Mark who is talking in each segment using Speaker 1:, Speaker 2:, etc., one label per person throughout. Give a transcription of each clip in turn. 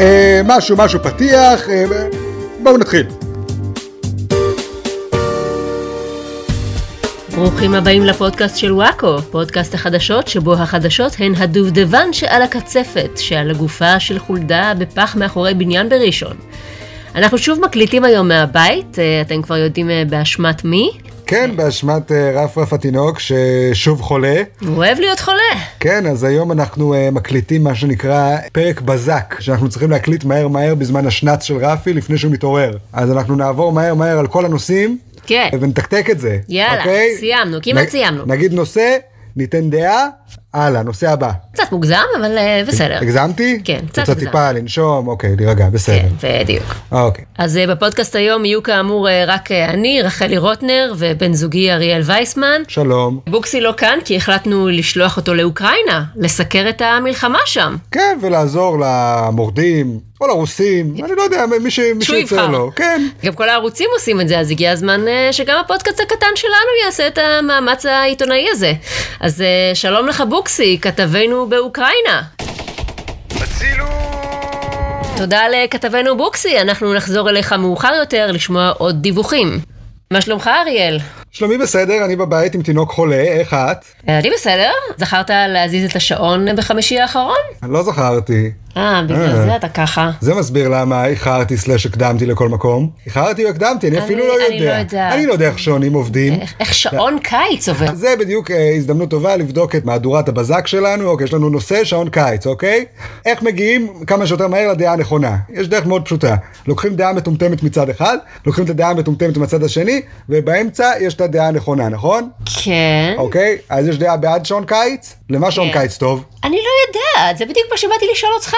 Speaker 1: אה, משהו, משהו פתיח, אה, בואו נתחיל.
Speaker 2: ברוכים הבאים לפודקאסט של וואקו, פודקאסט החדשות שבו החדשות הן הדובדבן שעל הקצפת, שעל הגופה של חולדה בפח מאחורי בניין בראשון. אנחנו שוב מקליטים היום מהבית, אה, אתם כבר יודעים אה, באשמת מי?
Speaker 1: כן, באשמת אה, רפרף התינוק ששוב חולה.
Speaker 2: הוא אוהב להיות חולה.
Speaker 1: כן, אז היום אנחנו אה, מקליטים מה שנקרא פרק בזק, שאנחנו צריכים להקליט מהר מהר בזמן השנץ של רפי לפני שהוא מתעורר. אז אנחנו נעבור מהר מהר על כל הנושאים,
Speaker 2: כן.
Speaker 1: ונתקתק את זה.
Speaker 2: יאללה,
Speaker 1: אוקיי?
Speaker 2: סיימנו, כמעט
Speaker 1: נ-
Speaker 2: סיימנו.
Speaker 1: נגיד נושא, ניתן דעה, הלאה, נושא הבא.
Speaker 2: קצת מוגזם, אבל אה, בסדר.
Speaker 1: הגזמתי?
Speaker 2: כן, קצת
Speaker 1: רוצה
Speaker 2: הגזמתי.
Speaker 1: טיפה לנשום, אוקיי, להירגע,
Speaker 2: כן,
Speaker 1: בסדר.
Speaker 2: בדיוק.
Speaker 1: אוקיי.
Speaker 2: אז אה, בפודקאסט היום יהיו כאמור אה, רק אה, אני, רחלי רוטנר, ובן זוגי אריאל וייסמן.
Speaker 1: שלום.
Speaker 2: בוקסי לא כאן כי החלטנו לשלוח אותו לאוקראינה, לסקר את המלחמה שם.
Speaker 1: כן, ולעזור למורדים, או לרוסים, אני לא יודע, מי ש- מי
Speaker 2: שהוא
Speaker 1: שיוצא
Speaker 2: יבחר.
Speaker 1: לו. כן.
Speaker 2: גם כל הערוצים עושים את זה, אז הגיע הזמן אה, שגם הפודקאסט הקטן שלנו יעשה את המאמץ העיתונאי הזה. אז אה, שלום לך בוקסי, כתבנו באוקראינה. תודה לכתבנו בוקסי, אנחנו נחזור אליך מאוחר יותר לשמוע עוד דיווחים. מה שלומך אריאל?
Speaker 1: שלומי בסדר, אני בבית עם תינוק חולה, איך את?
Speaker 2: אה, אני בסדר? זכרת להזיז את השעון בחמישי האחרון?
Speaker 1: אני לא זכרתי.
Speaker 2: אה, בגלל
Speaker 1: אה.
Speaker 2: זה אתה ככה.
Speaker 1: זה מסביר למה איחרתי סלאש הקדמתי לכל מקום. איחרתי או הקדמתי, אני
Speaker 2: אני-
Speaker 1: אפילו לא יודע.
Speaker 2: אני לא יודעת. אה,
Speaker 1: אני לא יודע איך שעונים עובדים.
Speaker 2: איך- איך שעון קיץ עובד.
Speaker 1: זה בדיוק אה, הזדמנות טובה לבדוק את מהדורת הבזק שלנו, אוקיי, יש לנו נושא שעון קיץ, אוקיי? איך מגיעים כמה שיותר מהר לדעה הנכונה. יש דרך מאוד פשוטה. לוקחים דעה מטומטמת מצד אחד, לוקחים את הדעה המטומטמת מצד השני, ובאמצע יש את הדעה הנכונה, נכון?
Speaker 2: כן.
Speaker 1: אוקיי? אז יש דעה בעד שעון קיץ? למה שעון
Speaker 2: כן.
Speaker 1: קיץ טוב?
Speaker 2: אני לא יודעת, זה בדיוק מה שבאתי לשאול אותך.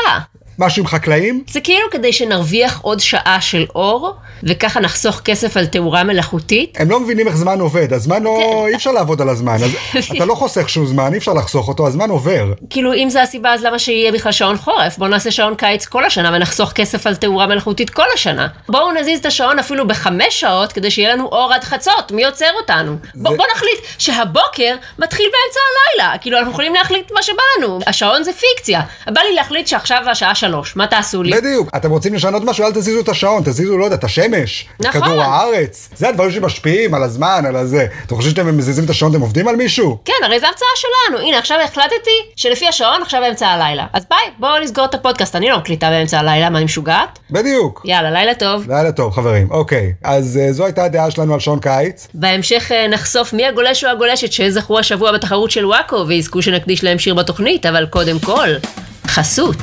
Speaker 1: משהו עם חקלאים?
Speaker 2: זה כאילו כדי שנרוויח עוד שעה של אור, וככה נחסוך כסף על תאורה מלאכותית.
Speaker 1: הם לא מבינים איך זמן עובד, הזמן לא... אי אפשר לעבוד על הזמן, אז אתה לא חוסך שום זמן, אי אפשר לחסוך אותו, הזמן עובר.
Speaker 2: כאילו אם זה הסיבה אז למה שיהיה בכלל שעון חורף? בואו נעשה שעון קיץ כל השנה ונחסוך כסף על תאורה מלאכותית כל השנה. בואו נזיז את השעון אפילו בחמש שעות כדי שיהיה לנו אור עד חצות, מי עוצר אותנו? בואו
Speaker 1: זה-
Speaker 2: בוא נחליט שהבוקר מתחיל באמצע הלילה, כאילו אנחנו יכולים להחליט מה שבא לנו, השעון זה פיקציה. בא לי להחליט שעכשיו השעה שלוש, מה תעשו לי?
Speaker 1: בדיוק, אתם רוצים לשנות משהו, אל תזיזו את השעון, תזיזו, לא יודע, את השמש, את
Speaker 2: נכון.
Speaker 1: כדור הארץ, זה הדברים שמשפיעים על הזמן, על הזה. אתם חושבים שאתם מזיזים את השעון, אתם עובדים על מישהו?
Speaker 2: כן, הרי זו המצאה שלנו. הנה, עכשיו החלטתי שלפי השעון עכשיו באמצע הלילה. אז ביי, בואו נסגור את הפודקאסט. אני לא מקליטה באמצע הלילה, מה אני משוגעת?
Speaker 1: בדיוק.
Speaker 2: יאללה, לילה טוב.
Speaker 1: לילה טוב, חברים. אוקיי, אז אה, זו הייתה הדעה שלנו על שעון קיץ.
Speaker 2: בהמשך אה, נחשוף מי הגולש או הגולשת שזכו השבוע בתחרות של וואקו ויזכו שנקדיש להם שיר בתוכנית, אבל קודם כל, חסות.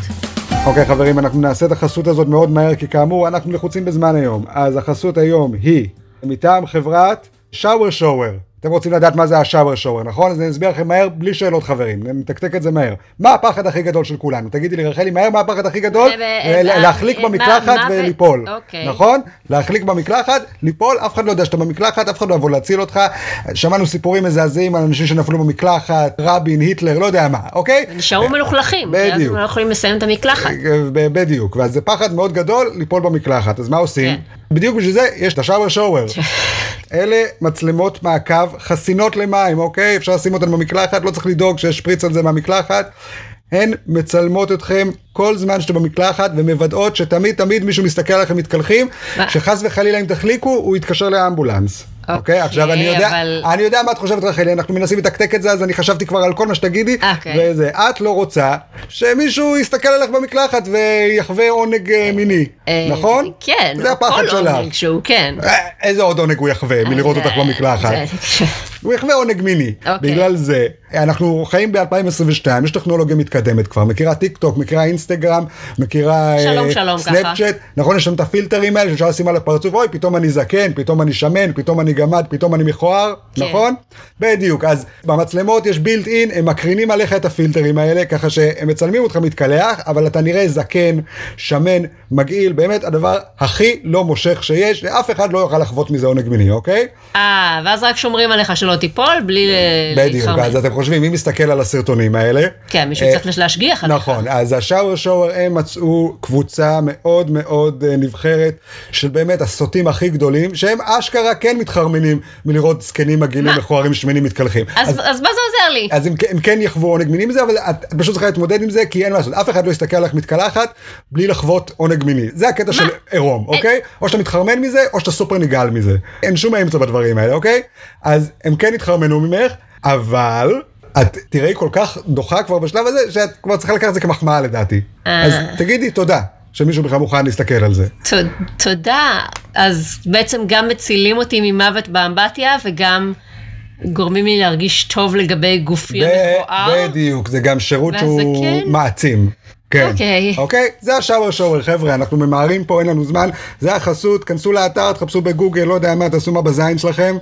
Speaker 1: אוקיי, חברים, אנחנו נעשה את החסות הזאת מאוד מהר, כי כאמור, אנחנו לחוצים בזמן היום. אז החסות היום היא מטעם חברת שאוור שואוור. אתם רוצים לדעת מה זה השאוור שואוור, נכון? אז אני אסביר לכם מהר, בלי שאלות, חברים. נתקתק את זה מהר. מה הפחד הכי גדול של כולנו? תגידי לי, רחלי, מהר, מה הפחד הכי גדול?
Speaker 2: אה, אה,
Speaker 1: אה,
Speaker 2: אה,
Speaker 1: להחליק
Speaker 2: אה, מה-
Speaker 1: במקלחת
Speaker 2: מה ב-
Speaker 1: וליפול.
Speaker 2: אוקיי.
Speaker 1: נכון? נכון? להחליק במקלחת, ליפול, אף אחד לא יודע שאתה במקלחת, אף אחד לא יבוא להציל אותך. שמענו סיפורים מזעזעים על אנשים שנפלו במקלחת, רבין, היטלר, לא יודע מה, אוקיי?
Speaker 2: נשארו מלוכלכים.
Speaker 1: בדיוק.
Speaker 2: כי אז הם לא יכולים לסיים את המקלחת.
Speaker 1: אה, ב- בדיוק, ואז זה פחד מאוד גדול ליפול במקלחת, אז מה
Speaker 2: כן.
Speaker 1: עושים? בדיוק בשביל זה יש את השאוור שואוור. אלה מצלמות מעקב חסינות למים, אוקיי? אפשר לשים אותן במקלחת, לא צריך לדאוג שיש שפריץ על זה מהמקלחת. הן מצלמות אתכם כל זמן שאתם במקלחת ומוודאות שתמיד תמיד מישהו מסתכל עליכם מתקלחים,
Speaker 2: מה?
Speaker 1: שחס וחלילה אם תחליקו הוא יתקשר לאמבולנס.
Speaker 2: אוקיי,
Speaker 1: אוקיי, עכשיו אני יודע,
Speaker 2: אבל-
Speaker 1: אני יודע מה את חושבת רחלי, אנחנו מנסים לתקתק את זה, אז אני חשבתי כבר על כל מה שתגידי,
Speaker 2: אוקיי.
Speaker 1: וזה, את לא רוצה שמישהו יסתכל עליך במקלחת ויחווה עונג אה, מיני,
Speaker 2: אה,
Speaker 1: נכון?
Speaker 2: כן.
Speaker 1: זה הפחד
Speaker 2: כל
Speaker 1: שלך.
Speaker 2: עונג שהוא, כן.
Speaker 1: אה, איזה עוד עונג הוא יחווה מלראות אותך במקלחת?
Speaker 2: אה, זה-
Speaker 1: הוא יחווה עונג מיני.
Speaker 2: אוקיי.
Speaker 1: בגלל זה, אנחנו חיים ב-2022, יש טכנולוגיה מתקדמת כבר, מכירה טיק טוק, מכירה אינסטגרם, מכירה
Speaker 2: שלום,
Speaker 1: אה,
Speaker 2: שלום, ככה.
Speaker 1: סנאפצ'אט, נכון, יש שם את הפילטרים האלה שאפשר לשים על הפרצוף, אוי, פתאום אני זקן, פתאום אני שמן, פתאום אני גמד, פתאום אני מכוער,
Speaker 2: כן.
Speaker 1: נכון? בדיוק, אז במצלמות יש בילט אין, הם מקרינים עליך את הפילטרים האלה, ככה שהם מצלמים אותך מתקלח, אבל אתה נראה זקן, שמן, מגעיל, באמת הדבר הכי לא מושך שיש, לאף אחד לא יוכל לחוות מזה עונג מיני, אוקיי?
Speaker 2: אה, ואז רק שומרים עליך שלא תיפול בלי להתחרמן.
Speaker 1: בדיוק, אז אתם חושבים, מי מסתכל על הסרטונים האלה?
Speaker 2: כן, מישהו
Speaker 1: אה,
Speaker 2: צריך להשגיח עליך.
Speaker 1: נכון, אז השאוור שואוור הם מצאו קבוצה מאוד מאוד אה, נבחרת של באמת הסוטים הכי גדולים, שהם אשכרה כן מתחרמנים מלראות זקנים מגעילים
Speaker 2: מה?
Speaker 1: מכוערים שמנים מתקלחים.
Speaker 2: אז אז מה זה עוזר לי?
Speaker 1: אז הם, כן- הם כן יחוו עונג מיני מזה, אבל את, את פשוט צריכה להתמודד עם זה, כי אין מה לעשות, אף אחד לא יסתכל עליך מתקלחת בלי לחוות עונג מיני. זה הקטע של עירום, אוקיי? או שאתה מתחרמן מזה, או שאתה סופר נגעל מזה. אין שום אמצע בדברים האלה, אוקיי? אז הם כן התחרמנו ממך, אבל... את תראי כל כך דוחה כבר בשלב הזה, שאת כבר צריכה לקחת את זה כמחמאה לדעתי.
Speaker 2: אה.
Speaker 1: אז תגידי תודה שמישהו בכלל מוכן להסתכל על זה.
Speaker 2: ת- תודה. אז בעצם גם מצילים אותי ממוות באמבטיה וגם גורמים לי להרגיש טוב לגבי גופי המכוער.
Speaker 1: בדיוק, זה גם שירות שהוא
Speaker 2: והזקן?
Speaker 1: מעצים. כן.
Speaker 2: אוקיי.
Speaker 1: אוקיי? זה השאוור שואוור, חבר'ה, אנחנו ממהרים פה, אין לנו זמן. זה החסות, כנסו לאתר, תחפשו בגוגל, לא יודע מה, תעשו מה בזין שלכם.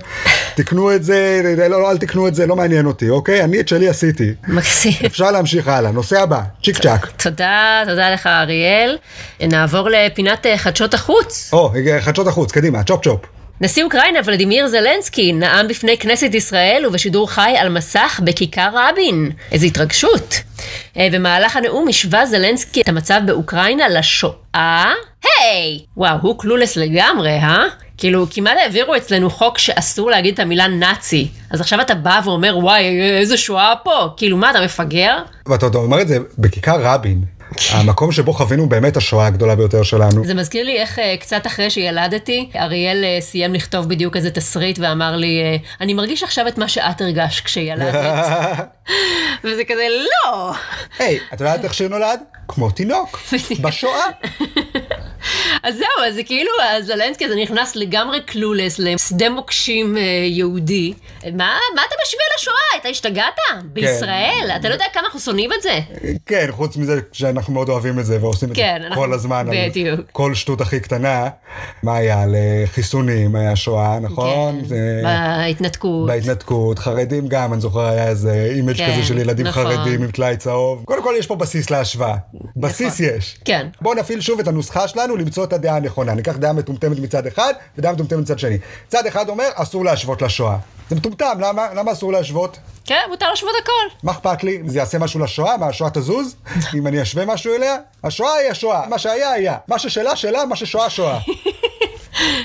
Speaker 1: תקנו את זה, לא, לא, אל תקנו את זה, לא מעניין אותי, אוקיי? אני את שלי עשיתי.
Speaker 2: מקסים.
Speaker 1: אפשר להמשיך הלאה. נושא הבא, צ'יק צ'אק.
Speaker 2: תודה, תודה לך אריאל. נעבור לפינת אה, חדשות החוץ.
Speaker 1: או, חדשות החוץ, קדימה, צ'ופ צ'ופ.
Speaker 2: נשיא אוקראינה ולדימיר זלנסקי נאם בפני כנסת ישראל ובשידור חי על מסך בכיכר רבין. איזו התרגשות. אה, במהלך הנאום השווה זלנסקי את המצב באוקראינה לשואה. היי! וואו, הוא קלולס לגמרי, אה? כאילו, כמעט העבירו אצלנו חוק שאסור להגיד את המילה נאצי. אז עכשיו אתה בא ואומר, וואי, איזה שואה פה. כאילו, מה, אתה מפגר?
Speaker 1: ואתה עוד אומר את זה בכיכר רבין, המקום שבו חווינו באמת השואה הגדולה ביותר שלנו.
Speaker 2: זה מזכיר לי איך אה, קצת אחרי שילדתי, אריאל אה, סיים לכתוב בדיוק איזה תסריט ואמר לי, אה, אני מרגיש עכשיו את מה שאת הרגשת כשילדת. וזה כזה, לא!
Speaker 1: היי, את יודעת איך שיר נולד? כמו תינוק, בשואה.
Speaker 2: אז זהו, אז זה כאילו, אז זלנסקי הזה נכנס לגמרי קלולס לשדה מוקשים אה, יהודי. מה, מה אתה משווה לשואה? אתה השתגעת? בישראל? אתה לא יודע כמה אנחנו שונאים את זה?
Speaker 1: כן, חוץ מזה שאנחנו מאוד אוהבים את זה ועושים את
Speaker 2: כן,
Speaker 1: זה
Speaker 2: אנחנו-
Speaker 1: כל הזמן. על
Speaker 2: בדיוק.
Speaker 1: כל שטות הכי קטנה. מה היה? על אה, חיסונים, היה שואה, נכון? זה-
Speaker 2: כן. בהתנתקות.
Speaker 1: בהתנתקות, חרדים גם, אני זוכר היה איזה אימג'
Speaker 2: כן,
Speaker 1: כזה של ילדים
Speaker 2: נכון.
Speaker 1: חרדים עם טלאי צהוב. קודם כל יש פה בסיס להשוואה. בסיס יש.
Speaker 2: כן.
Speaker 1: בואו נפעיל שוב את הנוסחה שלנו למצוא את הדעה הנכונה. ניקח דעה מטומטמת מצד אחד ודעה מטומטמת מצד שני. צד אחד אומר, אסור להשוות לשואה. זה מטומטם, למה? למה אסור להשוות?
Speaker 2: כן, מותר להשוות הכל.
Speaker 1: מה אכפת לי? אם זה יעשה משהו לשואה? מה, השואה תזוז? אם אני אשווה משהו אליה? השואה היא השואה, מה שהיה היה. מה ששלה שלה, מה ששואה שואה.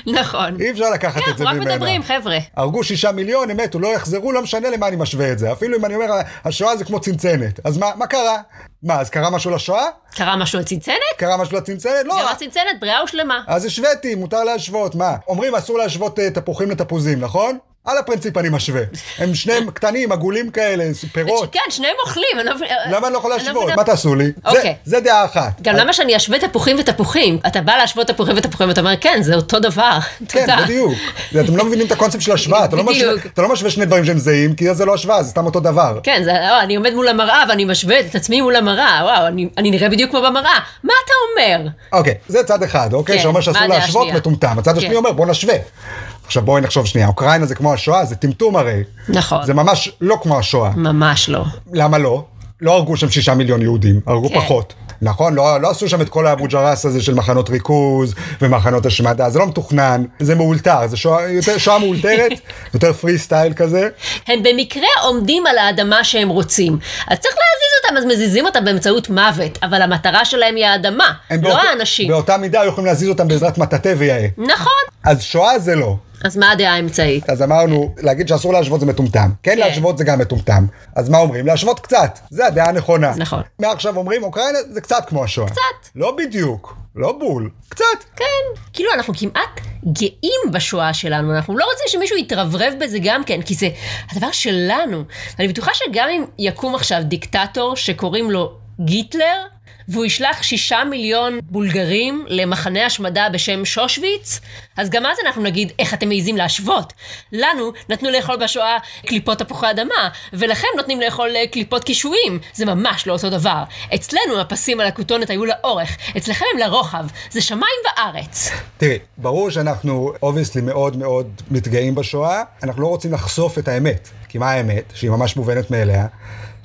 Speaker 2: נכון.
Speaker 1: אי אפשר לקחת
Speaker 2: כן,
Speaker 1: את זה
Speaker 2: אנחנו רק
Speaker 1: ממנה.
Speaker 2: מדברים, חבר'ה.
Speaker 1: הרגו שישה מיליון, הם מתו, לא יחזרו, לא משנה למה אני משווה את זה. אפילו אם אני אומר, השואה זה כמו צנצנת. אז מה, מה קרה? מה, אז קרה משהו לשואה?
Speaker 2: קרה משהו לצנצנת?
Speaker 1: קרה משהו לצנצנת? לא.
Speaker 2: גמר צנצנת בריאה ושלמה.
Speaker 1: אז השוויתי, מותר להשוות, מה? אומרים אסור להשוות אה, תפוחים לתפוזים, נכון? על הפרינציפ אני משווה. הם שניהם קטנים, עגולים כאלה, פירות.
Speaker 2: כן, שניהם אוכלים. אני לא מבינה-
Speaker 1: למה אני לא יכול
Speaker 2: אני לא
Speaker 1: להשוות?
Speaker 2: מבינה-
Speaker 1: מה תעשו לי? זה-
Speaker 2: אוקיי.
Speaker 1: זה דעה אחת.
Speaker 2: גם למה שאני אשווה תפוחים ותפוחים? אתה בא להשוות תפוחים ותפוחים, אתה אומר, כן, זה אותו דבר.
Speaker 1: כן,
Speaker 2: תודה.
Speaker 1: בדיוק. זה- אתם לא מבינים את הקונספט של השוואה. אתה לא משווה-
Speaker 2: בדיוק.
Speaker 1: אתה לא משווה שני דברים שהם זהים, כי זה לא השוואה, זה סתם אותו דבר.
Speaker 2: כן, זה, או, אני עומד מול המראה ואני משווה את עצמי מול המראה, וואו, אני, אני נראה בדיוק כמו במראה. מה אתה אומר?
Speaker 1: אוקיי, זה צד אחד, אוקיי?
Speaker 2: כן,
Speaker 1: שאומר
Speaker 2: מה
Speaker 1: שאסור
Speaker 2: הדעה
Speaker 1: להשוות,
Speaker 2: השנייה?
Speaker 1: מטומטם. הצד השני
Speaker 2: כן.
Speaker 1: אומר, בוא נשווה. עכשיו בואי נחשוב שנייה, אוקראינה זה כמו השואה, זה טמטום הרי.
Speaker 2: נכון.
Speaker 1: זה ממש לא כמו השואה.
Speaker 2: ממש לא.
Speaker 1: למה לא? לא הרגו שם שישה מיליון יהודים, הרגו
Speaker 2: כן.
Speaker 1: פחות. נכון? לא, לא עשו שם את כל האבו ג'רס הזה של מחנות ריכוז ומחנות השמדה, זה לא מתוכנן, זה מאולתר, זה שואה, יותר, שואה מאולתרת, יותר פרי סטייל כזה.
Speaker 2: הם במקרה עומדים על האדמה שהם רוצים. אז צריך להזיז אותם, אז מזיזים אותם באמצעות מוות, אבל המטרה שלהם היא האדמה,
Speaker 1: הם
Speaker 2: לא
Speaker 1: באות-
Speaker 2: האנשים.
Speaker 1: באותה מידה היו יכולים להזיז אותם בעזרת מטאטא ויאה.
Speaker 2: נכון.
Speaker 1: אז שואה זה לא.
Speaker 2: אז מה הדעה האמצעית?
Speaker 1: אז אמרנו, להגיד שאסור להשוות זה מטומטם. כן,
Speaker 2: כן.
Speaker 1: להשוות זה גם מטומטם. אז מה אומרים? להשוות קצת. זה הדעה הנכונה.
Speaker 2: נכון.
Speaker 1: מעכשיו אומרים, אוקראינה זה קצת כמו השואה.
Speaker 2: קצת.
Speaker 1: לא בדיוק, לא בול, קצת.
Speaker 2: כן. כאילו אנחנו כמעט גאים בשואה שלנו, אנחנו לא רוצים שמישהו יתרברב בזה גם כן, כי זה הדבר שלנו. אני בטוחה שגם אם יקום עכשיו דיקטטור שקוראים לו גיטלר, והוא ישלח שישה מיליון בולגרים למחנה השמדה בשם שושוויץ, אז גם אז אנחנו נגיד, איך אתם מעיזים להשוות? לנו נתנו לאכול בשואה קליפות תפוחי אדמה, ולכם נותנים לאכול אה, קליפות קישואים. זה ממש לא אותו דבר. אצלנו הפסים על הכותונת היו לאורך, אצלכם הם לרוחב. זה שמיים וארץ.
Speaker 1: תראי, ברור שאנחנו אובייסלי מאוד מאוד מתגאים בשואה, אנחנו לא רוצים לחשוף את האמת. כי מה האמת, שהיא ממש מובנת מאליה?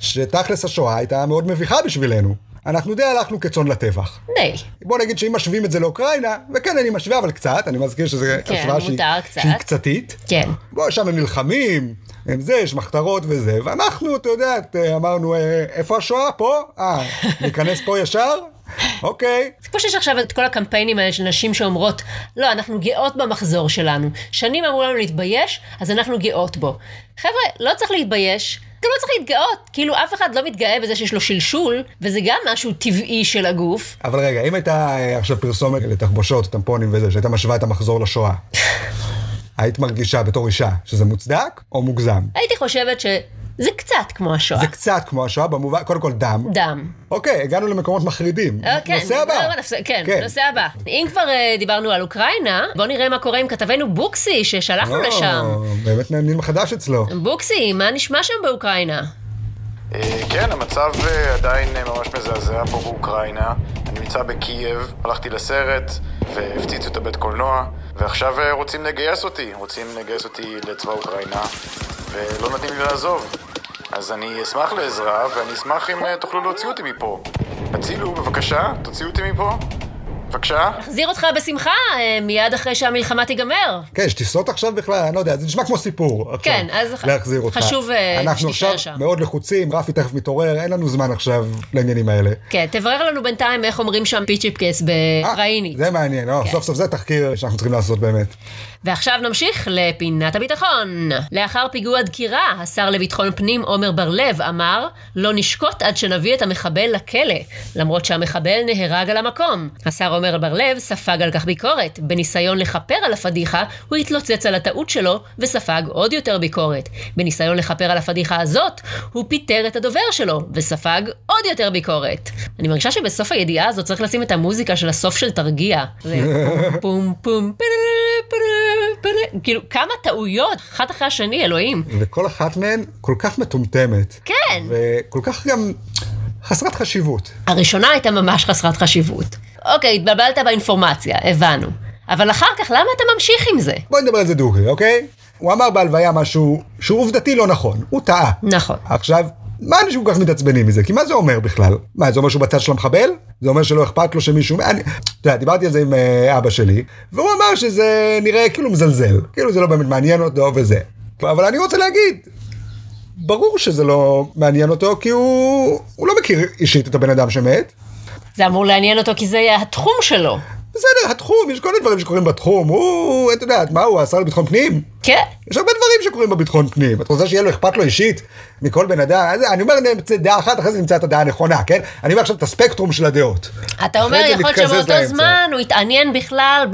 Speaker 1: שתכלס השואה הייתה מאוד מביכה בשבילנו. אנחנו די הלכנו כצאן לטבח.
Speaker 2: די.
Speaker 1: בוא נגיד שאם משווים את זה לאוקראינה, וכן אני משווה אבל קצת, אני מזכיר שזו
Speaker 2: כן,
Speaker 1: השוואה שהיא,
Speaker 2: מותר קצת.
Speaker 1: שהיא קצתית.
Speaker 2: כן.
Speaker 1: בוא, שם הם נלחמים, הם זה, יש מחתרות וזה, ואנחנו, אתה יודע, את- אמרנו, "אה, איפה השואה? פה? אה, ניכנס פה ישר? אוקיי.
Speaker 2: זה כמו שיש עכשיו את כל הקמפיינים האלה של נשים שאומרות, לא, אנחנו גאות במחזור שלנו. שנים אמרו לנו להתבייש, אז אנחנו גאות בו. חבר'ה, לא צריך להתבייש, גם לא צריך להתגאות. כאילו, אף אחד לא מתגאה בזה שיש לו שלשול, וזה גם משהו טבעי של הגוף.
Speaker 1: אבל רגע, אם הייתה אה, עכשיו פרסומת לתחבושות, טמפונים וזה, שהייתה משווה את המחזור לשואה, היית מרגישה בתור אישה שזה מוצדק או מוגזם?
Speaker 2: הייתי חושבת שזה קצת כמו השואה.
Speaker 1: זה קצת כמו השואה במובן, קודם כל דם.
Speaker 2: דם.
Speaker 1: אוקיי, הגענו למקומות מחרידים.
Speaker 2: אה, כן,
Speaker 1: נושא הבא.
Speaker 2: דיברנו על הפס- כן, נושא הבא. אם כבר אה, דיברנו על אוקראינה, בואו נראה מה קורה עם כתבנו בוקסי ששלחנו
Speaker 1: או,
Speaker 2: לשם.
Speaker 1: אה, באמת מעניין חדש אצלו.
Speaker 2: בוקסי, מה נשמע שם באוקראינה?
Speaker 3: אה, כן, המצב אה, עדיין אה, ממש מזעזע פה באוקראינה. אני נמצא בקייב, הלכתי לסרט והפציצו את הבית קולנוע, ועכשיו אה, רוצים לגייס אותי, רוצים לגייס אותי לצבא אוקראינה, ולא נותנים לי לעזוב. אז אני אשמח לעזרה, ואני אשמח אם אה, תוכלו להוציא אותי מפה. הצילו, בבקשה, תוציאו אותי מפה. בבקשה.
Speaker 2: נחזיר אותך בשמחה אה, מיד אחרי שהמלחמה תיגמר.
Speaker 1: כן, יש טיסות עכשיו בכלל, אני לא יודע, זה נשמע כמו סיפור. עכשיו,
Speaker 2: כן, אז ח-
Speaker 1: להחזיר אותך.
Speaker 2: חשוב, אה,
Speaker 1: אנחנו
Speaker 2: שתישאר
Speaker 1: עכשיו
Speaker 2: שם.
Speaker 1: מאוד לחוצים, רפי תכף מתעורר, אין לנו זמן עכשיו לעניינים האלה.
Speaker 2: כן, תברר לנו בינתיים איך אומרים שם פיצ'יפקס
Speaker 1: אה,
Speaker 2: באוקראינית.
Speaker 1: זה מעניין,
Speaker 2: כן.
Speaker 1: לא, סוף סוף זה תחקיר שאנחנו צריכים לעשות באמת.
Speaker 2: ועכשיו נמשיך לפינת הביטחון. לאחר פיגוע דקירה, השר לביטחון פנים עמר בר לב אמר, לא נשקוט עד שנביא את המחבל לכלא, למרות שהמחבל נהרג על המקום. השר עמר בר לב ספג על כך ביקורת. בניסיון לכפר על הפדיחה, הוא התלוצץ על הטעות שלו, וספג עוד יותר ביקורת. בניסיון לכפר על הפדיחה הזאת, הוא פיטר את הדובר שלו, וספג עוד יותר ביקורת. אני מרגישה שבסוף הידיעה הזאת צריך לשים את המוזיקה של הסוף של תרגיע. זה פום פום פרה, פרה, פרה. כאילו כמה טעויות אחת אחרי השני אלוהים
Speaker 1: וכל אחת מהן כל כך מטומטמת.
Speaker 2: כן.
Speaker 1: וכל כך גם חסרת חשיבות.
Speaker 2: הראשונה הייתה ממש חסרת חשיבות אוקיי התבלבלת באינפורמציה הבנו אבל אחר כך למה אתה ממשיך עם זה
Speaker 1: בואי נדבר על זה דוגרי, אוקיי? הוא אמר בהלוויה משהו שהוא עובדתי לא נכון, הוא טעה.
Speaker 2: נכון
Speaker 1: עכשיו, מה אנשים כל כך מתעצבנים מזה? כי מה זה אומר בכלל? מה, זה אומר שהוא בצד של המחבל? זה אומר שלא אכפת לו שמישהו... אני... אתה יודע, דיברתי על זה עם אה, אבא שלי, והוא אמר שזה נראה כאילו מזלזל, כאילו זה לא באמת מעניין אותו וזה. אבל אני רוצה להגיד, ברור שזה לא מעניין אותו, כי הוא, הוא לא מכיר אישית את הבן אדם שמת.
Speaker 2: זה אמור לעניין אותו כי זה היה התחום שלו
Speaker 1: בסדר, התחום, יש כל מיני דברים שקורים בתחום. הוא, את יודעת, מה הוא, השר לביטחון פנים?
Speaker 2: כן
Speaker 1: יש הרבה דברים שקורים בביטחון פנים. את רוצה שיהיה לו אכפת לו אישית מכל בן אדם? אז אני אומר, נמצא דעה אחת, אחרי זה נמצא את הדעה הנכונה, כן? אני אומר עכשיו את הספקטרום של הדעות.
Speaker 2: אתה אומר
Speaker 1: אחרי זה
Speaker 2: יכול להיות
Speaker 1: מתקזז
Speaker 2: שבאותו
Speaker 1: לאמצע.
Speaker 2: זמן הוא התעניין בכלל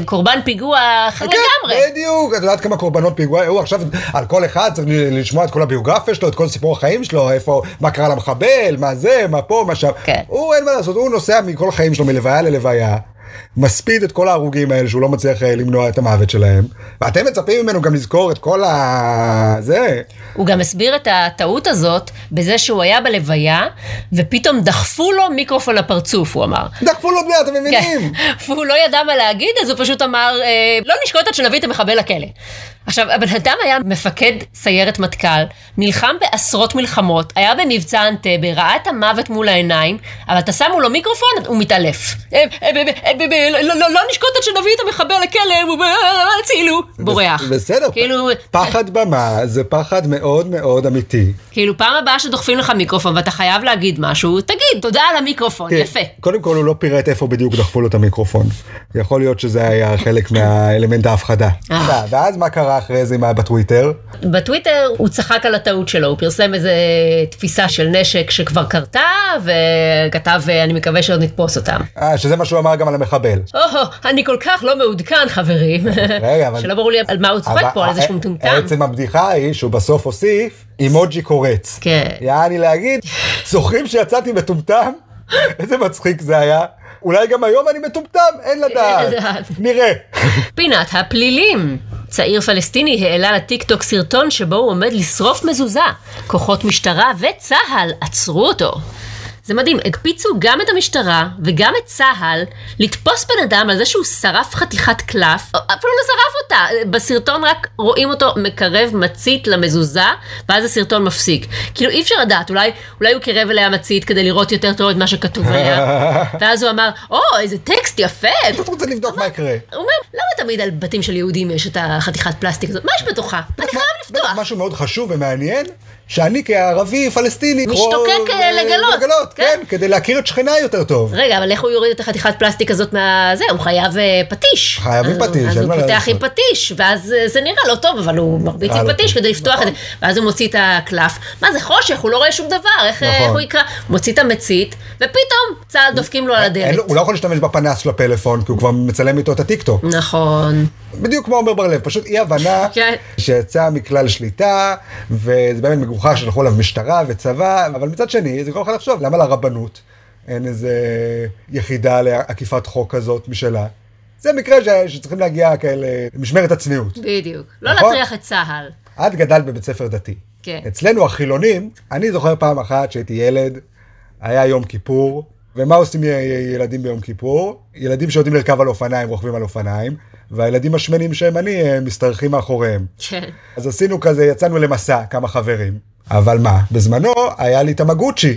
Speaker 2: בקורבן פיגוע אחר לגמרי
Speaker 1: כן, בדיוק, את יודעת כמה קורבנות פיגוע, הוא עכשיו על כל אחד צריך לשמוע את כל הביוגרפיה שלו, את כל סיפור החיים שלו, איפה, מה קרה למחבל, מה זה, מה פה, מה שם.
Speaker 2: כן.
Speaker 1: הוא אין מה לעשות, הוא נוסע מכל החיים שלו מלוויה ללוויה, מספיד את כל ההרוגים האלה שהוא לא מצליח אה, למנוע את המוות שלהם, ואתם מצפים ממנו גם לזכור את כל ה... זה.
Speaker 2: הוא גם הסביר את הטעות הזאת בזה שהוא היה בלוויה ופתאום דחפו לו מיקרופון לפרצוף הוא אמר
Speaker 1: דחפו לו בני, אתם
Speaker 2: כן.
Speaker 1: מבינים?
Speaker 2: והוא לא ידע מה להגיד, אז הוא פשוט אמר, אה, לא נשקוט עד שנביא את המחבל לכלא. עכשיו, הבן אדם היה מפקד סיירת מטכ"ל, נלחם בעשרות מלחמות, היה במבצע אנטבה, ראה את המוות מול העיניים, אבל אתה שם מולו מיקרופון, הוא מתעלף. אה, אה, אה, אה, אה, אה, לא- לא לא נשקוט עד שנביא את המחבל לכלא, הוא- אה, אה, אה, הצילו, בורח.
Speaker 1: בסדר.
Speaker 2: כאילו,
Speaker 1: פחד במה זה פחד מאוד מאוד אמיתי.
Speaker 2: כאילו, פעם הבאה שדוחפים לך מיקרופון ואתה חייב להגיד משהו, תגיד, תודה על המיקרופון,
Speaker 1: תראה,
Speaker 2: יפה.
Speaker 1: קודם כל הוא לא פירט איפה בדיוק דחפו לו את המיקרופון. יכול להיות שזה היה חלק מהאלמנט ההפחדה.
Speaker 2: אה.
Speaker 1: אתה, ואז מה קרה אחרי זה עם ה- בטוויטר?
Speaker 2: בטוויטר הוא צחק על הטעות שלו, הוא פרסם איזה תפיסה של נשק שכבר קרתה, וכתב אני מקווה שעוד נתפוס אותם.
Speaker 1: אה, שזה מה שהוא אמר גם על המחבל.
Speaker 2: או, אני כל כך לא מעודכן חברים,
Speaker 1: רגע, אבל-
Speaker 2: שלא ברור לי על מה הוא צוחק
Speaker 1: אבל
Speaker 2: פה, על איזה
Speaker 1: ה-
Speaker 2: שהוא מטומטם.
Speaker 1: עצם הבדיחה היא שהוא בסוף הוסיף אימוג'י קורץ.
Speaker 2: כן.
Speaker 1: יעני להגיד, זוכרים שיצאתי מטומטם? איזה מצחיק זה היה. אולי גם היום אני מטומטם? אין לדעת.
Speaker 2: לדעת.
Speaker 1: נראה.
Speaker 2: פינת הפלילים. צעיר פלסטיני העלה לטיקטוק סרטון שבו הוא עומד לשרוף מזוזה. כוחות משטרה וצה"ל עצרו אותו. זה מדהים, הקפיצו גם את המשטרה וגם את צה"ל לתפוס בן אדם על זה שהוא שרף חתיכת קלף, או אפילו לא שרף אותה, בסרטון רק רואים אותו מקרב מצית למזוזה, ואז הסרטון מפסיק. כאילו אי אפשר לדעת, אולי, אולי הוא קירב אליה מצית כדי לראות יותר טוב את מה שכתוב עליה, ואז הוא אמר, או, איזה טקסט יפה.
Speaker 1: פשוט רוצה לבדוק מה יקרה.
Speaker 2: הוא אומר, למה תמיד על בתים של יהודים יש את החתיכת פלסטיק הזאת? מה יש בתוכה? אני חייב לפתוח.
Speaker 1: בטח משהו מאוד חשוב ומעניין, שאני כערבי פלסטיני...
Speaker 2: משתוקק
Speaker 1: יכול, אה,
Speaker 2: לגלות, כן.
Speaker 1: כן, כדי להכיר את שכניי יותר טוב.
Speaker 2: רגע, אבל איך הוא יוריד את החתיכת פלסטיק הזאת מה... זה, הוא חייב אה, פטיש.
Speaker 1: חייב עם
Speaker 2: אז הוא-
Speaker 1: פטיש,
Speaker 2: אז
Speaker 1: אין
Speaker 2: הוא
Speaker 1: מה
Speaker 2: פותח עם
Speaker 1: לעשות.
Speaker 2: פטיש, ואז אה, זה נראה לא טוב, אבל הוא מרביץ עם
Speaker 1: נראה לא
Speaker 2: פטיש
Speaker 1: טוב.
Speaker 2: כדי לפתוח את זה. ואז הוא מוציא את הקלף. מה זה חושך, הוא לא רואה שום דבר, איך אה,
Speaker 1: נכון.
Speaker 2: איך הוא יקרא? מוציא את המצית, ופתאום צה"ל דופקים לו על
Speaker 1: אין
Speaker 2: הדלת.
Speaker 1: לו- הוא לא יכול להשתמש בפנס של הפלאפון, כי הוא כבר מצלם איתו את הטיקטוק.
Speaker 2: נכון.
Speaker 1: בדיוק כמו עמר בר-לב, פשוט אי הבנה
Speaker 2: כן.
Speaker 1: שיצא מכלל שליטה, וזה באמת מגוחך שלחו עליו משטרה וצבא, אבל מצד שני, זה גורם לך לחשוב, למה לרבנות אין איזה יחידה לעקיפת חוק כזאת משלה? זה מקרה ש- שצריכים להגיע כאלה, משמרת הצניעות.
Speaker 2: בדיוק. לא
Speaker 1: נכון.
Speaker 2: להטריח את צה"ל.
Speaker 1: את גדלת בבית ספר דתי.
Speaker 2: כן.
Speaker 1: אצלנו החילונים, אני זוכר פעם אחת שהייתי ילד, היה יום כיפור, ומה עושים י- י- ילדים ביום כיפור? ילדים שיודעים לרכב על אופניים רוכבים על אופניים, והילדים השמנים שהם אני אה, משתרכים מאחוריהם.
Speaker 2: כן.
Speaker 1: אז עשינו כזה, יצאנו למסע, כמה חברים. אבל מה, בזמנו היה לי תמגוצ'י.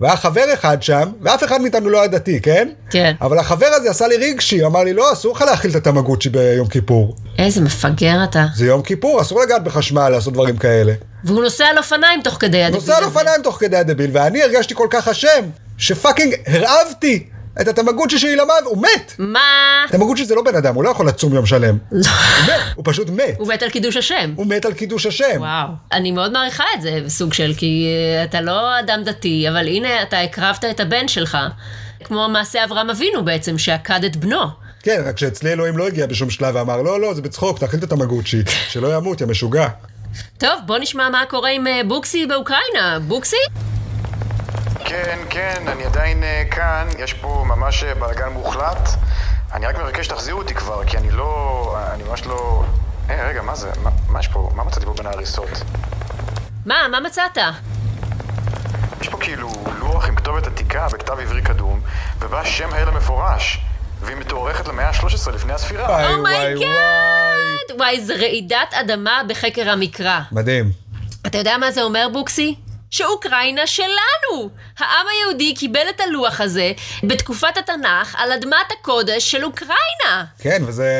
Speaker 1: והיה חבר אחד שם, ואף אחד מאיתנו לא היה דתי, כן?
Speaker 2: כן.
Speaker 1: אבל החבר הזה עשה לי רגשי, אמר לי, לא, אסור לך להאכיל את התמגוצ'י ביום כיפור.
Speaker 2: איזה מפגר אתה.
Speaker 1: זה יום כיפור, אסור לגעת בחשמל, לעשות דברים כאלה.
Speaker 2: והוא נוסע על אופניים תוך כדי הדביל
Speaker 1: נוסע על
Speaker 2: הזה.
Speaker 1: אופניים תוך כדי הדביל, ואני הרגשתי כל כך אשם, שפאקינג הרעבתי את התמגוצ'י שלי למוות, הוא מת!
Speaker 2: מה?
Speaker 1: תמגוצ'י זה לא בן אדם, הוא לא יכול לצום יום שלם. הוא מת, הוא פשוט מת.
Speaker 2: הוא מת על קידוש השם.
Speaker 1: לא. הוא מת על קידוש השם.
Speaker 2: וואו. אני מאוד מעריכה את זה, סוג של, כי אה, אתה לא אדם דתי, אבל הנה, אתה הקרבת את הבן שלך. כמו מעשה אברהם אבינו בעצם, שעקד את בנו.
Speaker 1: כן, רק שאצלי אלוהים לא הגיע בשום שלב ואמר, לא, לא, זה בצחוק, תאכיל את התמגוצ'י, שלא ימות, יא משוגע.
Speaker 2: Oh טוב, בוא נשמע מה קורה עם אה, בוקסי באוקראינה. בוקסי?
Speaker 3: כן, כן, אני עדיין אה, כאן, יש פה ממש אה, בלאגן מוחלט. אני רק מבקש שתחזירו אותי כבר, כי אני לא... אני ממש לא... היי, רגע, מה זה? מה- מה יש פה? מה מצאתי פה בין ההריסות?
Speaker 2: מה, מה מצאת?
Speaker 3: יש פה כאילו לוח עם כתובת עתיקה בכתב עברי קדום, ובה שם האל המפורש, והיא מתוארכת למאה ה-13 לפני
Speaker 4: אה,
Speaker 3: הספירה.
Speaker 1: וואי,
Speaker 2: my
Speaker 1: וואי,
Speaker 2: God.
Speaker 1: וואי.
Speaker 2: וואי, זה רעידת אדמה בחקר המקרא.
Speaker 1: מדהים.
Speaker 2: אתה יודע מה זה אומר, בוקסי? שאוקראינה שלנו! העם היהודי קיבל את הלוח הזה בתקופת התנ"ך על אדמת הקודש של אוקראינה.
Speaker 1: כן, וזה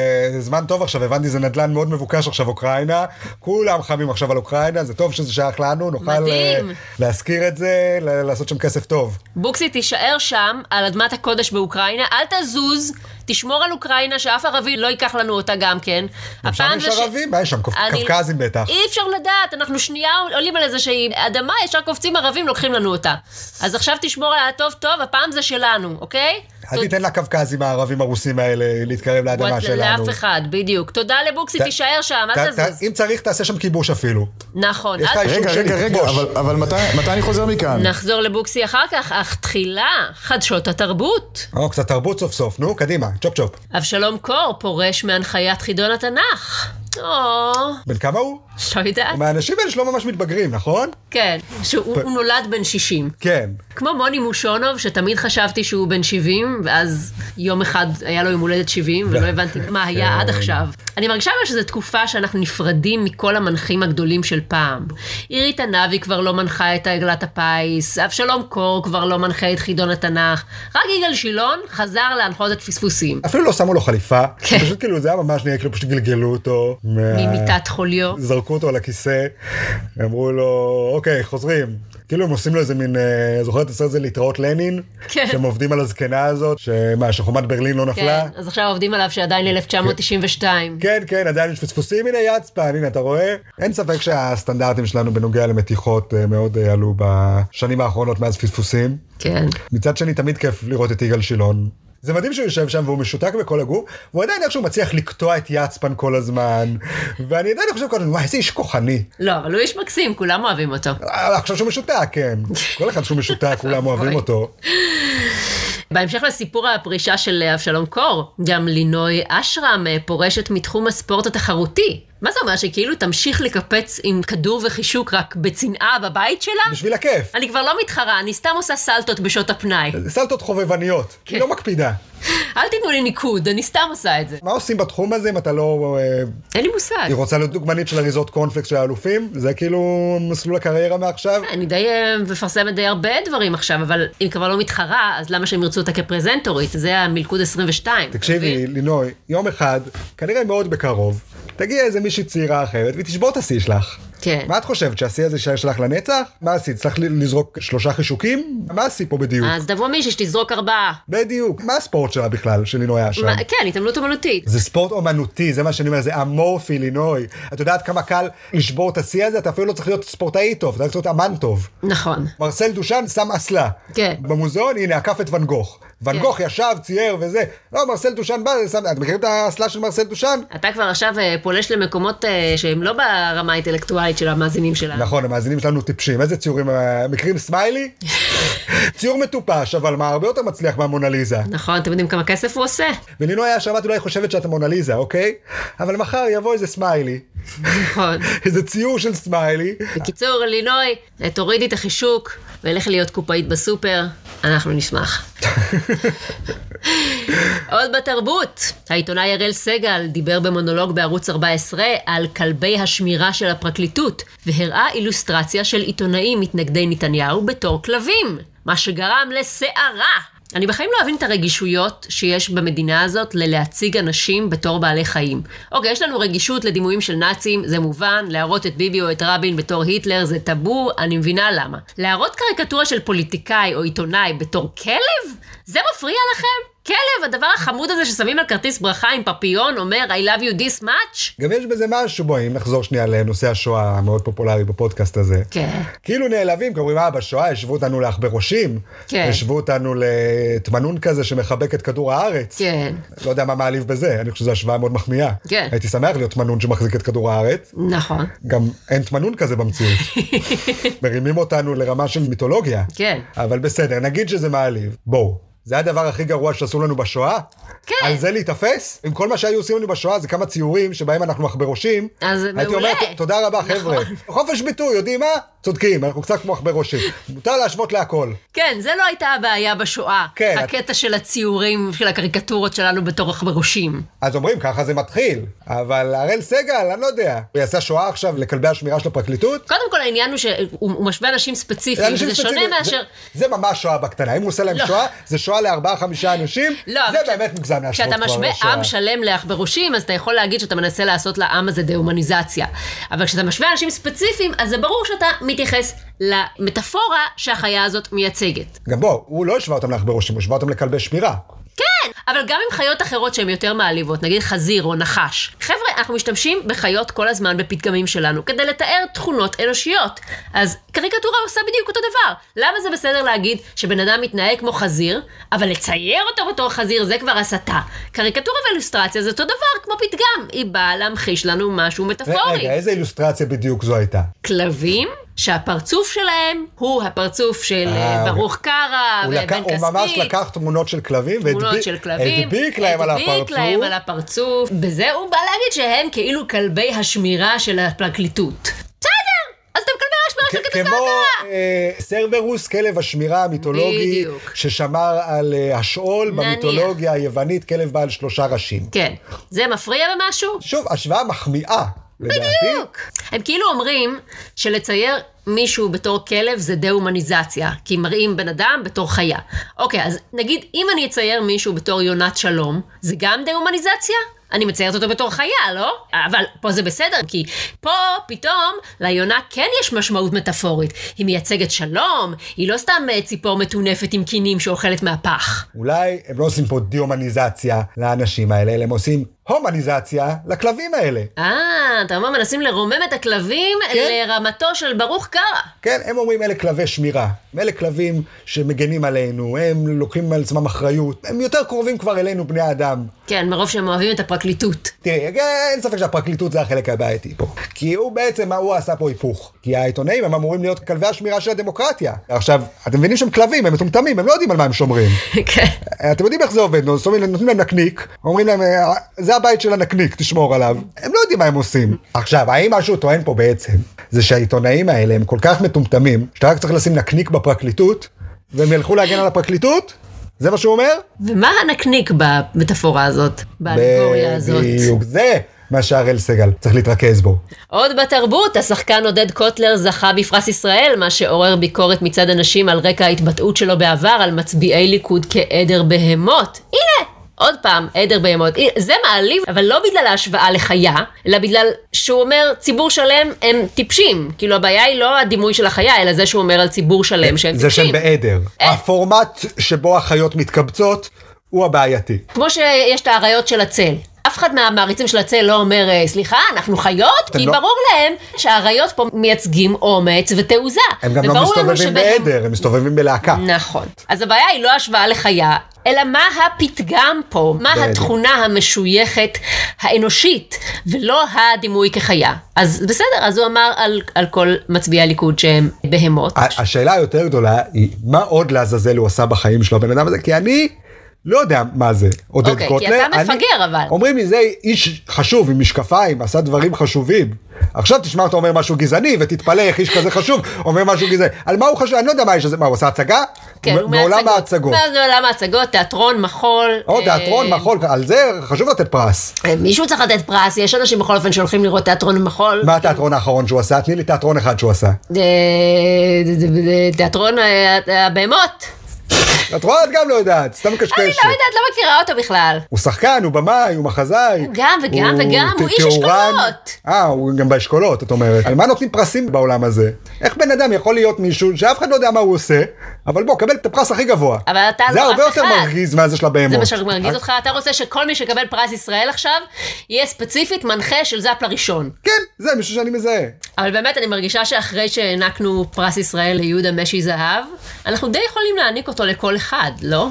Speaker 1: זמן טוב עכשיו, הבנתי, זה נדל"ן מאוד מבוקש עכשיו, אוקראינה. כולם חמים עכשיו על אוקראינה, זה טוב שזה שייך לנו, נוכל אה,
Speaker 2: מדהים.
Speaker 1: להשכיר את זה, ל- לעשות שם כסף טוב.
Speaker 2: בוקסי, תישאר שם, על אדמת הקודש באוקראינה, אל תזוז, תשמור על אוקראינה, שאף ערבי לא ייקח לנו אותה גם כן.
Speaker 1: גם שם יש
Speaker 2: זה ש-
Speaker 1: ערבים, מה יש שם? קו-
Speaker 2: אני-
Speaker 1: קווקזים בטח.
Speaker 2: אי אפשר לדעת, אנחנו שנייה עולים על איזושהי אדמה, ישר קופצים ערבים, לוקחים לנו אותה. אז עכשיו תשמור עליה טוב טוב, הפעם זה שלנו, אוקיי?
Speaker 1: אל תיתן לקווקזים הערבים הרוסים האלה להתקרב לאדמה שלנו.
Speaker 2: לאף אחד, בדיוק. תודה לבוקסי,
Speaker 1: ת-
Speaker 2: תישאר שם,
Speaker 1: ת-
Speaker 2: אל
Speaker 1: ת-
Speaker 2: תזוז.
Speaker 1: אם צריך, תעשה שם כיבוש אפילו.
Speaker 2: נכון.
Speaker 1: יש
Speaker 2: אל-
Speaker 1: לך אישור
Speaker 4: רגע,
Speaker 1: שלי,
Speaker 4: רגע, רגע,
Speaker 1: כיבוש.
Speaker 4: אבל- אבל מתי מתי אני חוזר מכאן?
Speaker 2: נחזור לבוקסי אחר כך, אך תחילה, חדשות התרבות.
Speaker 1: או, קצת תרבות סוף סוף, נו, קדימה, צ'ופ צ'ופ.
Speaker 2: אבשלום קור פורש מהנחיית חידון התנ"ך. או,
Speaker 1: בן כמה הוא?
Speaker 2: לא יודעת.
Speaker 1: מהאנשים האלה שלא ממש מתבגרים, נכון?
Speaker 2: כן, שהוא הוא נולד בן 60.
Speaker 1: כן.
Speaker 2: כמו מוני מושונוב, שתמיד חשבתי שהוא בן 70, ואז יום אחד היה לו יום הולדת 70, ולא הבנתי מה היה עד עכשיו. אני מרגישה אבל שזו תקופה שאנחנו נפרדים מכל המנחים הגדולים של פעם. עירית ענבי כבר לא מנחה את עגלת הפיס, אבשלום קור כבר לא מנחה את חידון התנ"ך, רק יגאל שילון חזר להנחות את פספוסים.
Speaker 1: אפילו לא שמו לו חליפה.
Speaker 2: כן.
Speaker 1: פשוט כאילו זה היה ממש נראה כאילו פשוט גלגלו אותו. מה-
Speaker 2: ממיטת חוליו.
Speaker 1: זרקו אותו על הכיסא, אמרו לו, אוקיי, חוזרים. כאילו הם עושים לו איזה מין, אה, זוכרת את הסרט הזה להתראות לנין?
Speaker 2: כן.
Speaker 1: שהם עובדים על הזקנה הזאת, שמה, שחומת ברלין לא נפלה?
Speaker 2: כן, אז עכשיו עובדים עליו שעדיין 1992.
Speaker 1: כן, כן, עדיין יש פספוסים, הנה יצפן, הנה, אתה רואה? אין ספק שהסטנדרטים שלנו בנוגע למתיחות אה, מאוד אה, עלו בשנים האחרונות מאז פספוסים.
Speaker 2: כן.
Speaker 1: מצד שני, תמיד כיף לראות את יגאל שילון. זה מדהים שהוא יושב שם והוא משותק בכל הגוף, והוא עדיין איכשהו מצליח לקטוע את יצפן כל הזמן, ואני עדיין חושב כל הזמן, וואי, איזה איש כוחני.
Speaker 2: לא, אבל הוא איש מקסים, כולם אוהבים אותו.
Speaker 1: אה, עכשיו שהוא משותק, כן. כל אחד שהוא משותק, כולם אוהבים אותו.
Speaker 2: בהמשך לסיפור הפרישה של אבשלום קור, גם לינוי אשרם אה, פורשת מתחום הספורט התחרותי. מה זה אומר, שכאילו תמשיך לקפץ עם כדור וחישוק רק בצנעה בבית שלה?
Speaker 1: בשביל הכיף.
Speaker 2: אני כבר לא מתחרה, אני סתם עושה סלטות בשעות הפנאי.
Speaker 1: סלטות חובבניות,
Speaker 2: כן.
Speaker 1: היא לא מקפידה.
Speaker 2: אל תיתנו לי ניקוד, אני סתם עושה את זה.
Speaker 1: מה עושים בתחום הזה אם אתה לא... אה,
Speaker 2: אין לי מושג.
Speaker 1: היא רוצה להיות דוגמנית של אריזות קורנפלקס של האלופים? זה כאילו מסלול הקריירה מעכשיו?
Speaker 2: אני די אה, מפרסמת די הרבה דברים עכשיו, אבל אם כבר לא מתחרה, אז למה שהם ירצו אותה כפרזנטורית? זה המלכוד 22.
Speaker 1: תקשיבי, לינוי, יום אחד, כנראה מאוד בקרוב, תגיע איזה מישהי צעירה אחרת והיא תשבור את השיא שלך.
Speaker 2: כן.
Speaker 1: מה את חושבת, שהשיא הזה יישאר שלך לנצח? מה השיא, צריך ל- לזרוק שלושה חישוקים? מה השיא פה בדיוק?
Speaker 2: אז תבוא מישהי שתזרוק ארבעה.
Speaker 1: בדיוק. מה הספורט שלה בכלל, שלינוי היה שם?
Speaker 2: מה- כן, התעמלות אומנותית.
Speaker 1: זה ספורט אומנותי, זה מה שאני אומר, זה אמורפי, לינוי. את יודעת כמה קל לשבור את השיא הזה? אתה אפילו לא צריך להיות ספורטאי טוב, אתה רק צריך להיות אמן טוב.
Speaker 2: נכון.
Speaker 1: מרסל דושן שם אסלה.
Speaker 2: כן.
Speaker 1: במוזיאון, הנה, עקף את ואן גוך. ואן
Speaker 2: כן.
Speaker 1: גוך ישב, צייר וזה. לא, מרסל דושן בא, שם... את מכירים את האסלה של מרסל דושן?
Speaker 2: אתה כבר עכשיו אה, פולש למקומות אה, שהם לא ברמה האינטלקטואלית של המאזינים שלנו.
Speaker 1: נכון, המאזינים שלנו טיפשים. איזה ציורים? אה, מכירים סמיילי? ציור מטופש, אבל מה, הרבה יותר מצליח מהמונליזה.
Speaker 2: נכון, אתם יודעים כמה כסף הוא עושה?
Speaker 1: ולינוי היה שמעת אולי חושבת שאת המונליזה, אוקיי? אבל מחר יבוא איזה סמיילי,
Speaker 2: נכון.
Speaker 1: איזה ציור של סמיילי,
Speaker 2: בקיצור, לינוי, אה, תורידי את החישוק ולכי להיות קופאית בסופר, אנחנו נשמח. עוד בתרבות, העיתונאי אראל סגל דיבר במונולוג בערוץ 14 על כלבי השמירה של הפרקליטות, והראה אילוסטרציה של עיתונאים מתנגדי נתניהו בתור כלבים, מה שגרם לסערה. אני בחיים לא אבין את הרגישויות שיש במדינה הזאת ללהציג אנשים בתור בעלי חיים. אוקיי, יש לנו רגישות לדימויים של נאצים, זה מובן, להראות את ביבי או את רבין בתור היטלר זה טאבו, אני מבינה למה. להראות קריקטורה של פוליטיקאי או עיתונאי בתור כלב? זה מפריע לכם? כלב, הדבר החמוד הזה ששמים על כרטיס ברכה עם פפיון, אומר I love you this much?
Speaker 1: גם יש בזה משהו, בואי, אם נחזור שנייה לנושא השואה המאוד פופולרי בפודקאסט הזה.
Speaker 2: כן.
Speaker 1: כאילו נעלבים, כי אומרים, אה, בשואה השוו אותנו לעכבר ראשים,
Speaker 2: כן.
Speaker 1: השוו אותנו לתמנון כזה שמחבק את כדור הארץ.
Speaker 2: כן.
Speaker 1: לא יודע מה מעליב בזה, אני חושב שזו השוואה מאוד מחמיאה.
Speaker 2: כן.
Speaker 1: הייתי שמח להיות תמנון שמחזיק את כדור הארץ,
Speaker 2: נכון.
Speaker 1: גם אין תמנון כזה במציאות. מרימים אותנו לרמה של מיתולוגיה.
Speaker 2: כן.
Speaker 1: אבל בסדר, נגיד שזה מעליב, בואו. זה הדבר הכי גרוע שעשו לנו בשואה?
Speaker 2: כן.
Speaker 1: על זה להיתפס? עם כל מה שהיו עושים לנו בשואה זה כמה ציורים שבהם אנחנו עכברושים.
Speaker 2: אז
Speaker 1: הייתי
Speaker 2: מעולה. נכון.
Speaker 1: אומר, "ת- תודה רבה חבר'ה. חופש ביטוי, יודעים מה? צודקים, אנחנו קצת כמו עכברושים. מותר להשוות להכל.
Speaker 2: כן, זה לא הייתה הבעיה בשואה.
Speaker 1: כן.
Speaker 2: הקטע של הציורים, של הקריקטורות שלנו בתור עכברושים.
Speaker 1: אז אומרים, ככה זה מתחיל. אבל הראל סגל, אני לא יודע. הוא יעשה שואה עכשיו לכלבי השמירה של הפרקליטות?
Speaker 2: קודם כל העניין הוא שהוא הוא משווה אנשים ספציפיים,
Speaker 1: אנשים
Speaker 2: וזה שונה
Speaker 1: ספציפיים,
Speaker 2: מאשר...
Speaker 1: זה, זה ממש שואה בקטנה. אם הוא עושה להם
Speaker 2: לא.
Speaker 1: שואה, זה שואה לארבעה חמישה אנשים.
Speaker 2: לא, אבל
Speaker 1: זה
Speaker 2: כש-
Speaker 1: באמת מוגזם להשוות
Speaker 2: כשאתה
Speaker 1: כבר לא
Speaker 2: משווה
Speaker 1: לשואה.
Speaker 2: עם שלם לעכברושים, אז אתה יכול להגיד שאתה מנסה לעשות לעם הזה דה-הומניזציה. אבל כשאתה משווה אנשים ספציפיים, אז זה ברור שאתה מתייחס למטאפורה שהחיה הזאת מייצגת.
Speaker 1: גם בוא, הוא לא השווה אותם לעכברושים, הוא השווה אותם לכלבי שמירה.
Speaker 2: כן, אבל גם עם חיות אחרות שהן יותר מעליבות, נגיד חזיר או נחש. חבר'ה, אנחנו משתמשים בחיות כל הזמן בפתגמים שלנו כדי לתאר תכונות אנושיות. אז קריקטורה עושה בדיוק אותו דבר. למה זה בסדר להגיד שבן אדם מתנהג כמו חזיר, אבל לצייר אותו בתור חזיר זה כבר הסתה. קריקטורה ואילוסטרציה זה אותו דבר כמו פתגם. היא באה להמחיש לנו משהו מטאפורי.
Speaker 1: רגע, איזה אילוסטרציה בדיוק זו הייתה?
Speaker 2: כלבים. שהפרצוף שלהם הוא הפרצוף של
Speaker 1: אה,
Speaker 2: אה, ברוך
Speaker 1: אוקיי.
Speaker 2: קרא
Speaker 1: הוא
Speaker 2: ובן
Speaker 1: לקח-
Speaker 2: כספית.
Speaker 1: הוא ממש לקח תמונות של כלבים,
Speaker 2: תמונות
Speaker 1: והדביק-
Speaker 2: של כלבים,
Speaker 1: הדביק להם על הפרצוף.
Speaker 2: הדביק להם על הפרצוף, בזה הוא בא להגיד שהם כאילו כלבי השמירה של הפרקליטות. בסדר, אז אתם כלבי השמירה של
Speaker 1: כ-
Speaker 2: כתבי
Speaker 1: כמו
Speaker 2: הקרקע.
Speaker 1: אה, סרברוס, כלב השמירה המיתולוגי,
Speaker 2: בדיוק.
Speaker 1: ששמר על אה, השאול
Speaker 2: נניח.
Speaker 1: במיתולוגיה היוונית, כלב בעל שלושה ראשים.
Speaker 2: כן, זה מפריע במשהו?
Speaker 1: שוב, השוואה מחמיאה, לדעתי.
Speaker 2: בדיוק. הם כאילו אומרים שלצייר מישהו בתור כלב זה דה-הומניזציה, כי מראים בן אדם בתור חיה. אוקיי, אז נגיד אם אני אצייר מישהו בתור יונת שלום, זה גם דה-הומניזציה? אני מציירת אותו בתור חיה, לא? אבל פה זה בסדר, כי פה פתאום ליונה כן יש משמעות מטאפורית. היא מייצגת שלום, היא לא סתם אה, ציפור מטונפת עם קינים שאוכלת מהפח.
Speaker 1: אולי הם לא עושים פה דיומניזציה לאנשים האלה, אלא הם עושים הומניזציה לכלבים האלה.
Speaker 2: אה, אתה אומר מנסים לרומם את הכלבים
Speaker 1: כן.
Speaker 2: לרמתו של ברוך קרא.
Speaker 1: כן, הם אומרים אלה כלבי שמירה, אלה כלבים שמגנים עלינו, הם לוקחים על עצמם אחריות, הם יותר קרובים כבר אלינו בני האדם.
Speaker 2: כן, מרוב שהם אוהבים את הפרקליטות.
Speaker 1: תראי, אה, אין ספק שהפרקליטות זה החלק הבעייתי פה. כי הוא בעצם, מה הוא עשה פה היפוך? כי העיתונאים הם אמורים להיות כלבי השמירה של הדמוקרטיה. עכשיו, אתם מבינים שהם כלבים, הם מטומטמים, הם לא יודעים על מה הם שומרים.
Speaker 2: כן.
Speaker 1: אתם יודעים איך זה עובד, נו, זאת אומרת, נותנים להם נקניק, אומרים להם, "אה, זה הבית של הנקניק, תשמור עליו. הם לא יודעים מה הם עושים. עכשיו, האם מה שהוא טוען פה בעצם, זה שהעיתונאים האלה הם כל כך מטומטמים, שאתה רק צריך לשים נקניק בפרקליטות, והם ילכו להגן על הפרקליטות? זה מה שהוא אומר?
Speaker 2: ומה הנקניק במטאפורה הזאת? באלגוריה הזאת?
Speaker 1: בדיוק, זה מה שהראל סגל צריך להתרכז בו.
Speaker 2: עוד בתרבות, השחקן עודד קוטלר זכה בפרס ישראל, מה שעורר ביקורת מצד אנשים על רקע ההתבטאות שלו בעבר על מצביעי ליכוד כעדר בהמות. הנה! עוד פעם, עדר בהמות. זה מעליב, אבל לא בגלל ההשוואה לחיה, אלא בגלל שהוא אומר, ציבור שלם הם טיפשים. כאילו, הבעיה היא לא הדימוי של החיה, אלא זה שהוא אומר על ציבור שלם שהם טיפשים.
Speaker 1: זה
Speaker 2: אה.
Speaker 1: שהם בעדר. הפורמט שבו החיות מתקבצות הוא הבעייתי.
Speaker 2: כמו שיש את האריות של הצל. אף אחד מהמעריצים של הצל לא אומר, סליחה, אנחנו חיות? כי
Speaker 1: לא-
Speaker 2: ברור להם שהאריות פה מייצגים אומץ ותעוזה.
Speaker 1: הם גם לא
Speaker 2: וברור לנו
Speaker 1: מסתובבים
Speaker 2: שבהם-
Speaker 1: בעדר, הם מסתובבים בלהקה.
Speaker 2: נכון. אז הבעיה היא לא השוואה לחיה, אלא מה הפתגם פה, מה
Speaker 1: בדיוק.
Speaker 2: התכונה המשויכת האנושית, ולא הדימוי כחיה. אז בסדר, אז הוא אמר על, על כל מצביעי הליכוד שהם בהמות.
Speaker 1: ה- השאלה היותר גדולה היא, מה עוד לעזאזל הוא עשה בחיים שלו, הבן אדם הזה? כי אני לא יודע מה זה עודד
Speaker 2: אוקיי, כי
Speaker 1: קוטלר.
Speaker 2: אתה
Speaker 1: אני-
Speaker 2: מפגר, אבל.
Speaker 1: אומרים לי, זה איש חשוב עם משקפיים, עשה דברים חשובים. עכשיו תשמע אותו אומר משהו גזעני, ותתפלא איך איש כזה חשוב אומר משהו גזעני. על מה הוא חשוב? אני לא יודע מה האיש הזה, מה, הוא עשה הצגה?
Speaker 2: כן, הוא
Speaker 1: מעולם ההצגות.
Speaker 2: מעולם ההצגות, תיאטרון, מחול.
Speaker 1: או
Speaker 2: אה,
Speaker 1: תיאטרון, מחול, על זה חשוב לתת פרס.
Speaker 2: אה, מישהו צריך לתת פרס, יש אנשים בכל אופן שהולכים לראות תיאטרון אה, ומחול.
Speaker 1: מה התיאטרון האחרון שהוא עשה? תני לי תיאטרון אחד שהוא עשה.
Speaker 2: אה, תיאטרון אה, הבהמות.
Speaker 1: את רואה? את גם לא יודעת, סתם קשקשת.
Speaker 2: אני לא יודעת, לא מכירה אותו בכלל.
Speaker 1: הוא שחקן, הוא במאי, הוא מחזאי.
Speaker 2: הוא גם וגם וגם, הוא
Speaker 1: ת-
Speaker 2: איש
Speaker 1: תאורן.
Speaker 2: אשכולות.
Speaker 1: אה, הוא גם באשכולות, את אומרת. על מה נותנים פרסים בעולם הזה? איך בן אדם יכול להיות מישהו שאף אחד לא יודע מה הוא עושה, אבל בוא, קבל את הפרס הכי גבוה.
Speaker 2: אבל אתה
Speaker 1: זה
Speaker 2: לא
Speaker 1: הרבה
Speaker 2: אף
Speaker 1: יותר
Speaker 2: אחד.
Speaker 1: מרגיז אה. מהזה של הבהמות.
Speaker 2: זה מה שמרגיז אותך? אתה רוצה שכל מי שיקבל פרס ישראל עכשיו, יהיה ספציפית מנחה של זאפ לראשון.
Speaker 1: כן, זה מישהו שאני מזהה.
Speaker 2: אבל באמת, אני מרגישה שאחרי שהענקנו פרס ישראל ליהודה משי זהב, אנחנו די יכולים להעניק אותו לכל אחד, לא?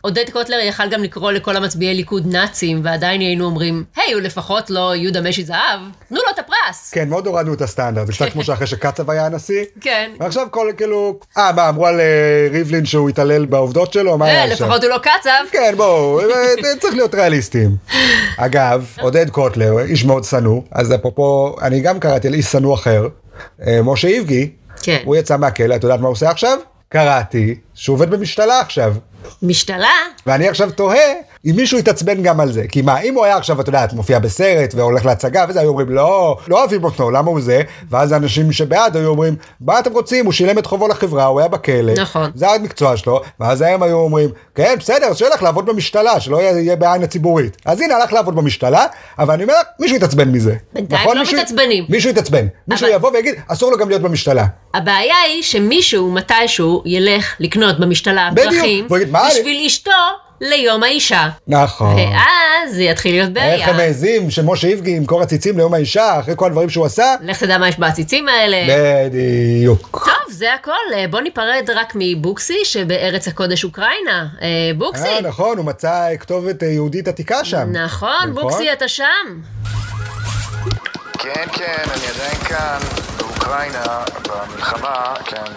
Speaker 2: עודד קוטלר יכל גם לקרוא לכל המצביעי ליכוד נאצים, ועדיין היינו אומרים, היי, הוא לפחות לא יהודה משי זהב, תנו לו את הפרס.
Speaker 1: כן, מאוד הורדנו את הסטנדרט, זה קצת כמו שאחרי שקצב היה הנשיא.
Speaker 2: כן.
Speaker 1: ועכשיו כל כאילו, אה, מה, אמרו על אה, ריבלין שהוא התעלל בעובדות שלו? מה
Speaker 2: אה,
Speaker 1: היה שם?
Speaker 2: לפחות הוא לא קצב.
Speaker 1: כן, בואו, אה, צריך להיות ריאליסטים. אגב, עודד קוטלר, איש מאוד שנוא, אז אפרופו, אני גם קראתי על איש שנוא אחר, אה, משה איבגי,
Speaker 2: כן.
Speaker 1: הוא יצא מהכלא, את יודעת מה הוא עושה עכשיו? קראתי שהוא עובד במשתלה עכשיו,
Speaker 2: משתלה?
Speaker 1: ואני עכשיו תוהה אם מישהו יתעצבן גם על זה, כי מה, אם הוא היה עכשיו, את יודעת, מופיע בסרט והולך להצגה וזה, היו אומרים, לא, לא אוהבים אותו, למה הוא זה? ואז האנשים שבעד היו אומרים, מה אתם רוצים, הוא שילם את חובו לחברה, הוא היה בכלא,
Speaker 2: נכון.
Speaker 1: זה המקצוע שלו, ואז הם היו אומרים, כן, בסדר, אז שילך לעבוד במשתלה, שלא יהיה יהיה בעין הציבורית. אז הנה, הלך לעבוד במשתלה, אבל אני אומר, מישהו יתעצבן מזה. נכון?
Speaker 2: בינתיים לא
Speaker 1: מישהו-
Speaker 2: מתעצבנים.
Speaker 1: מישהו יתעצבן. מישהו
Speaker 2: אבל-
Speaker 1: יבוא ויגיד, אסור לו גם להיות במשתלה.
Speaker 2: הבעיה היא שמישהו מתישהו ילך לקנות במשתלה
Speaker 1: בדיוק.
Speaker 2: פרחים
Speaker 1: והוא יגיד, "מה אני-"
Speaker 2: בשביל אשתו ליום האישה.
Speaker 1: נכון.
Speaker 2: ואז זה יתחיל להיות בעיה.
Speaker 1: איך הם מעזים שמשה איבגי ימכור עציצים ליום האישה, אחרי כל הדברים שהוא עשה?
Speaker 2: לך תדע מה יש בעציצים האלה.
Speaker 1: בדיוק.
Speaker 2: טוב, זה הכל. אה, בוא ניפרד רק מבוקסי שבארץ הקודש אוקראינה. אה, בוקסי.
Speaker 1: אה, נכון, הוא מצא כתובת אה, יהודית עתיקה שם.
Speaker 2: נכון, בוקסי, אתה שם.
Speaker 3: כן, כן, אני עדיין כאן, באוקראינה, במלחמה, כן.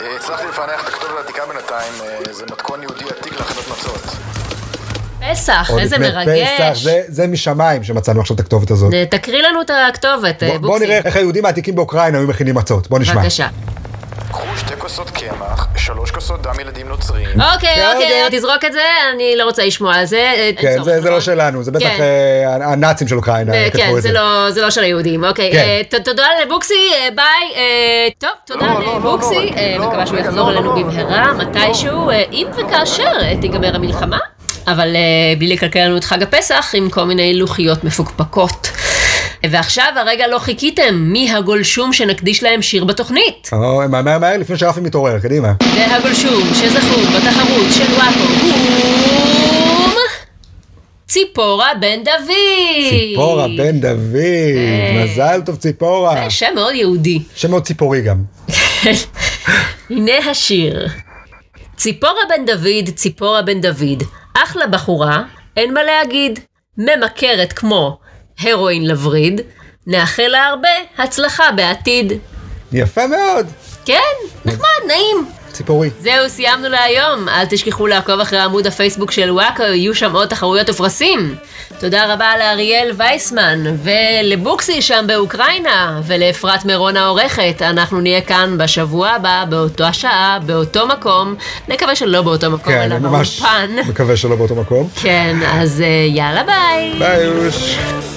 Speaker 3: אה, הצלחתי לפענח את הכתובת העתיקה בינתיים, אה, זה מתכון יהודי עתיק להחלטות מצות.
Speaker 2: פסח,
Speaker 1: עוד
Speaker 2: איזה
Speaker 1: לפני פסח,
Speaker 2: מרגש.
Speaker 1: זה- זה משמיים שמצאנו עכשיו את הכתובת הזאת.
Speaker 2: אה, תקריא לנו את הכתובת, אה,
Speaker 1: בוא-
Speaker 2: בוקסי.
Speaker 1: בואו נראה איך היהודים העתיקים באוקראינה היו מכינים מצות, בואו נשמע.
Speaker 2: בבקשה.
Speaker 3: קחו שתי כוסות קמח, שלוש כוסות דם ילדים נוצרים.
Speaker 2: אוקיי,
Speaker 1: כן,
Speaker 2: אוקיי,
Speaker 1: כן.
Speaker 2: תזרוק את זה, אני לא רוצה לשמוע על זה. אה, אין
Speaker 1: כן,
Speaker 2: צורך,
Speaker 1: זה- זה
Speaker 2: נכון?
Speaker 1: לא שלנו, זה בטח
Speaker 2: כן.
Speaker 1: אה, הנאצים של אוקראינה
Speaker 2: אה,
Speaker 1: כתבו
Speaker 2: כן,
Speaker 1: את זה.
Speaker 2: זה לא, זה לא של היהודים, אוקיי.
Speaker 1: כן.
Speaker 2: אה, ת- תודה לבוקסי, אה, ביי. אה, טוב, תודה
Speaker 3: לא, לא, לא,
Speaker 2: לבוקסי,
Speaker 3: לא,
Speaker 2: אה,
Speaker 3: לא,
Speaker 2: מקווה שהוא
Speaker 3: רגע,
Speaker 2: יחזור
Speaker 3: לא, לא,
Speaker 2: אלינו
Speaker 3: לא.
Speaker 2: במהרה, מתישהו, אה, אם וכאשר אה, תיגמר המלחמה. אבל אה, בלי לקלקל לנו את חג הפסח עם כל מיני לוחיות מפוקפקות. ועכשיו הרגע לא חיכיתם, מי הגולשום שנקדיש להם שיר בתוכנית?
Speaker 1: או, מהר מהר מהר לפני שרפי מתעורר, קדימה.
Speaker 2: והגולשום שזכו בתחרות של וואקו הוא... ציפורה בן דוד!
Speaker 1: ציפורה בן דוד, מזל טוב ציפורה.
Speaker 2: זה אה, שם מאוד יהודי.
Speaker 1: שם מאוד ציפורי גם.
Speaker 2: הנה השיר. ציפורה בן דוד, ציפורה בן דוד, אחלה בחורה, אין מה להגיד. ממכרת כמו הרואין לווריד, נאחל לה הרבה הצלחה בעתיד.
Speaker 1: יפה מאוד.
Speaker 2: כן, נחמד, נעים.
Speaker 1: ציפורי.
Speaker 2: זהו, סיימנו להיום. אל תשכחו לעקוב אחרי עמוד הפייסבוק של וואקו, יהיו שם עוד תחרויות ופרסים. תודה רבה לאריאל וייסמן, ולבוקסי שם באוקראינה, ולאפרת מירון העורכת. אנחנו נהיה כאן בשבוע הבא, באותו השעה, באותו מקום. נקווה שלא באותו מקום,
Speaker 1: כן,
Speaker 2: אלא
Speaker 1: אני ממש
Speaker 2: באולפן.
Speaker 1: מקווה שלא באותו מקום.
Speaker 2: כן, אז אה, יאללה ביי.
Speaker 1: ביי, יוש.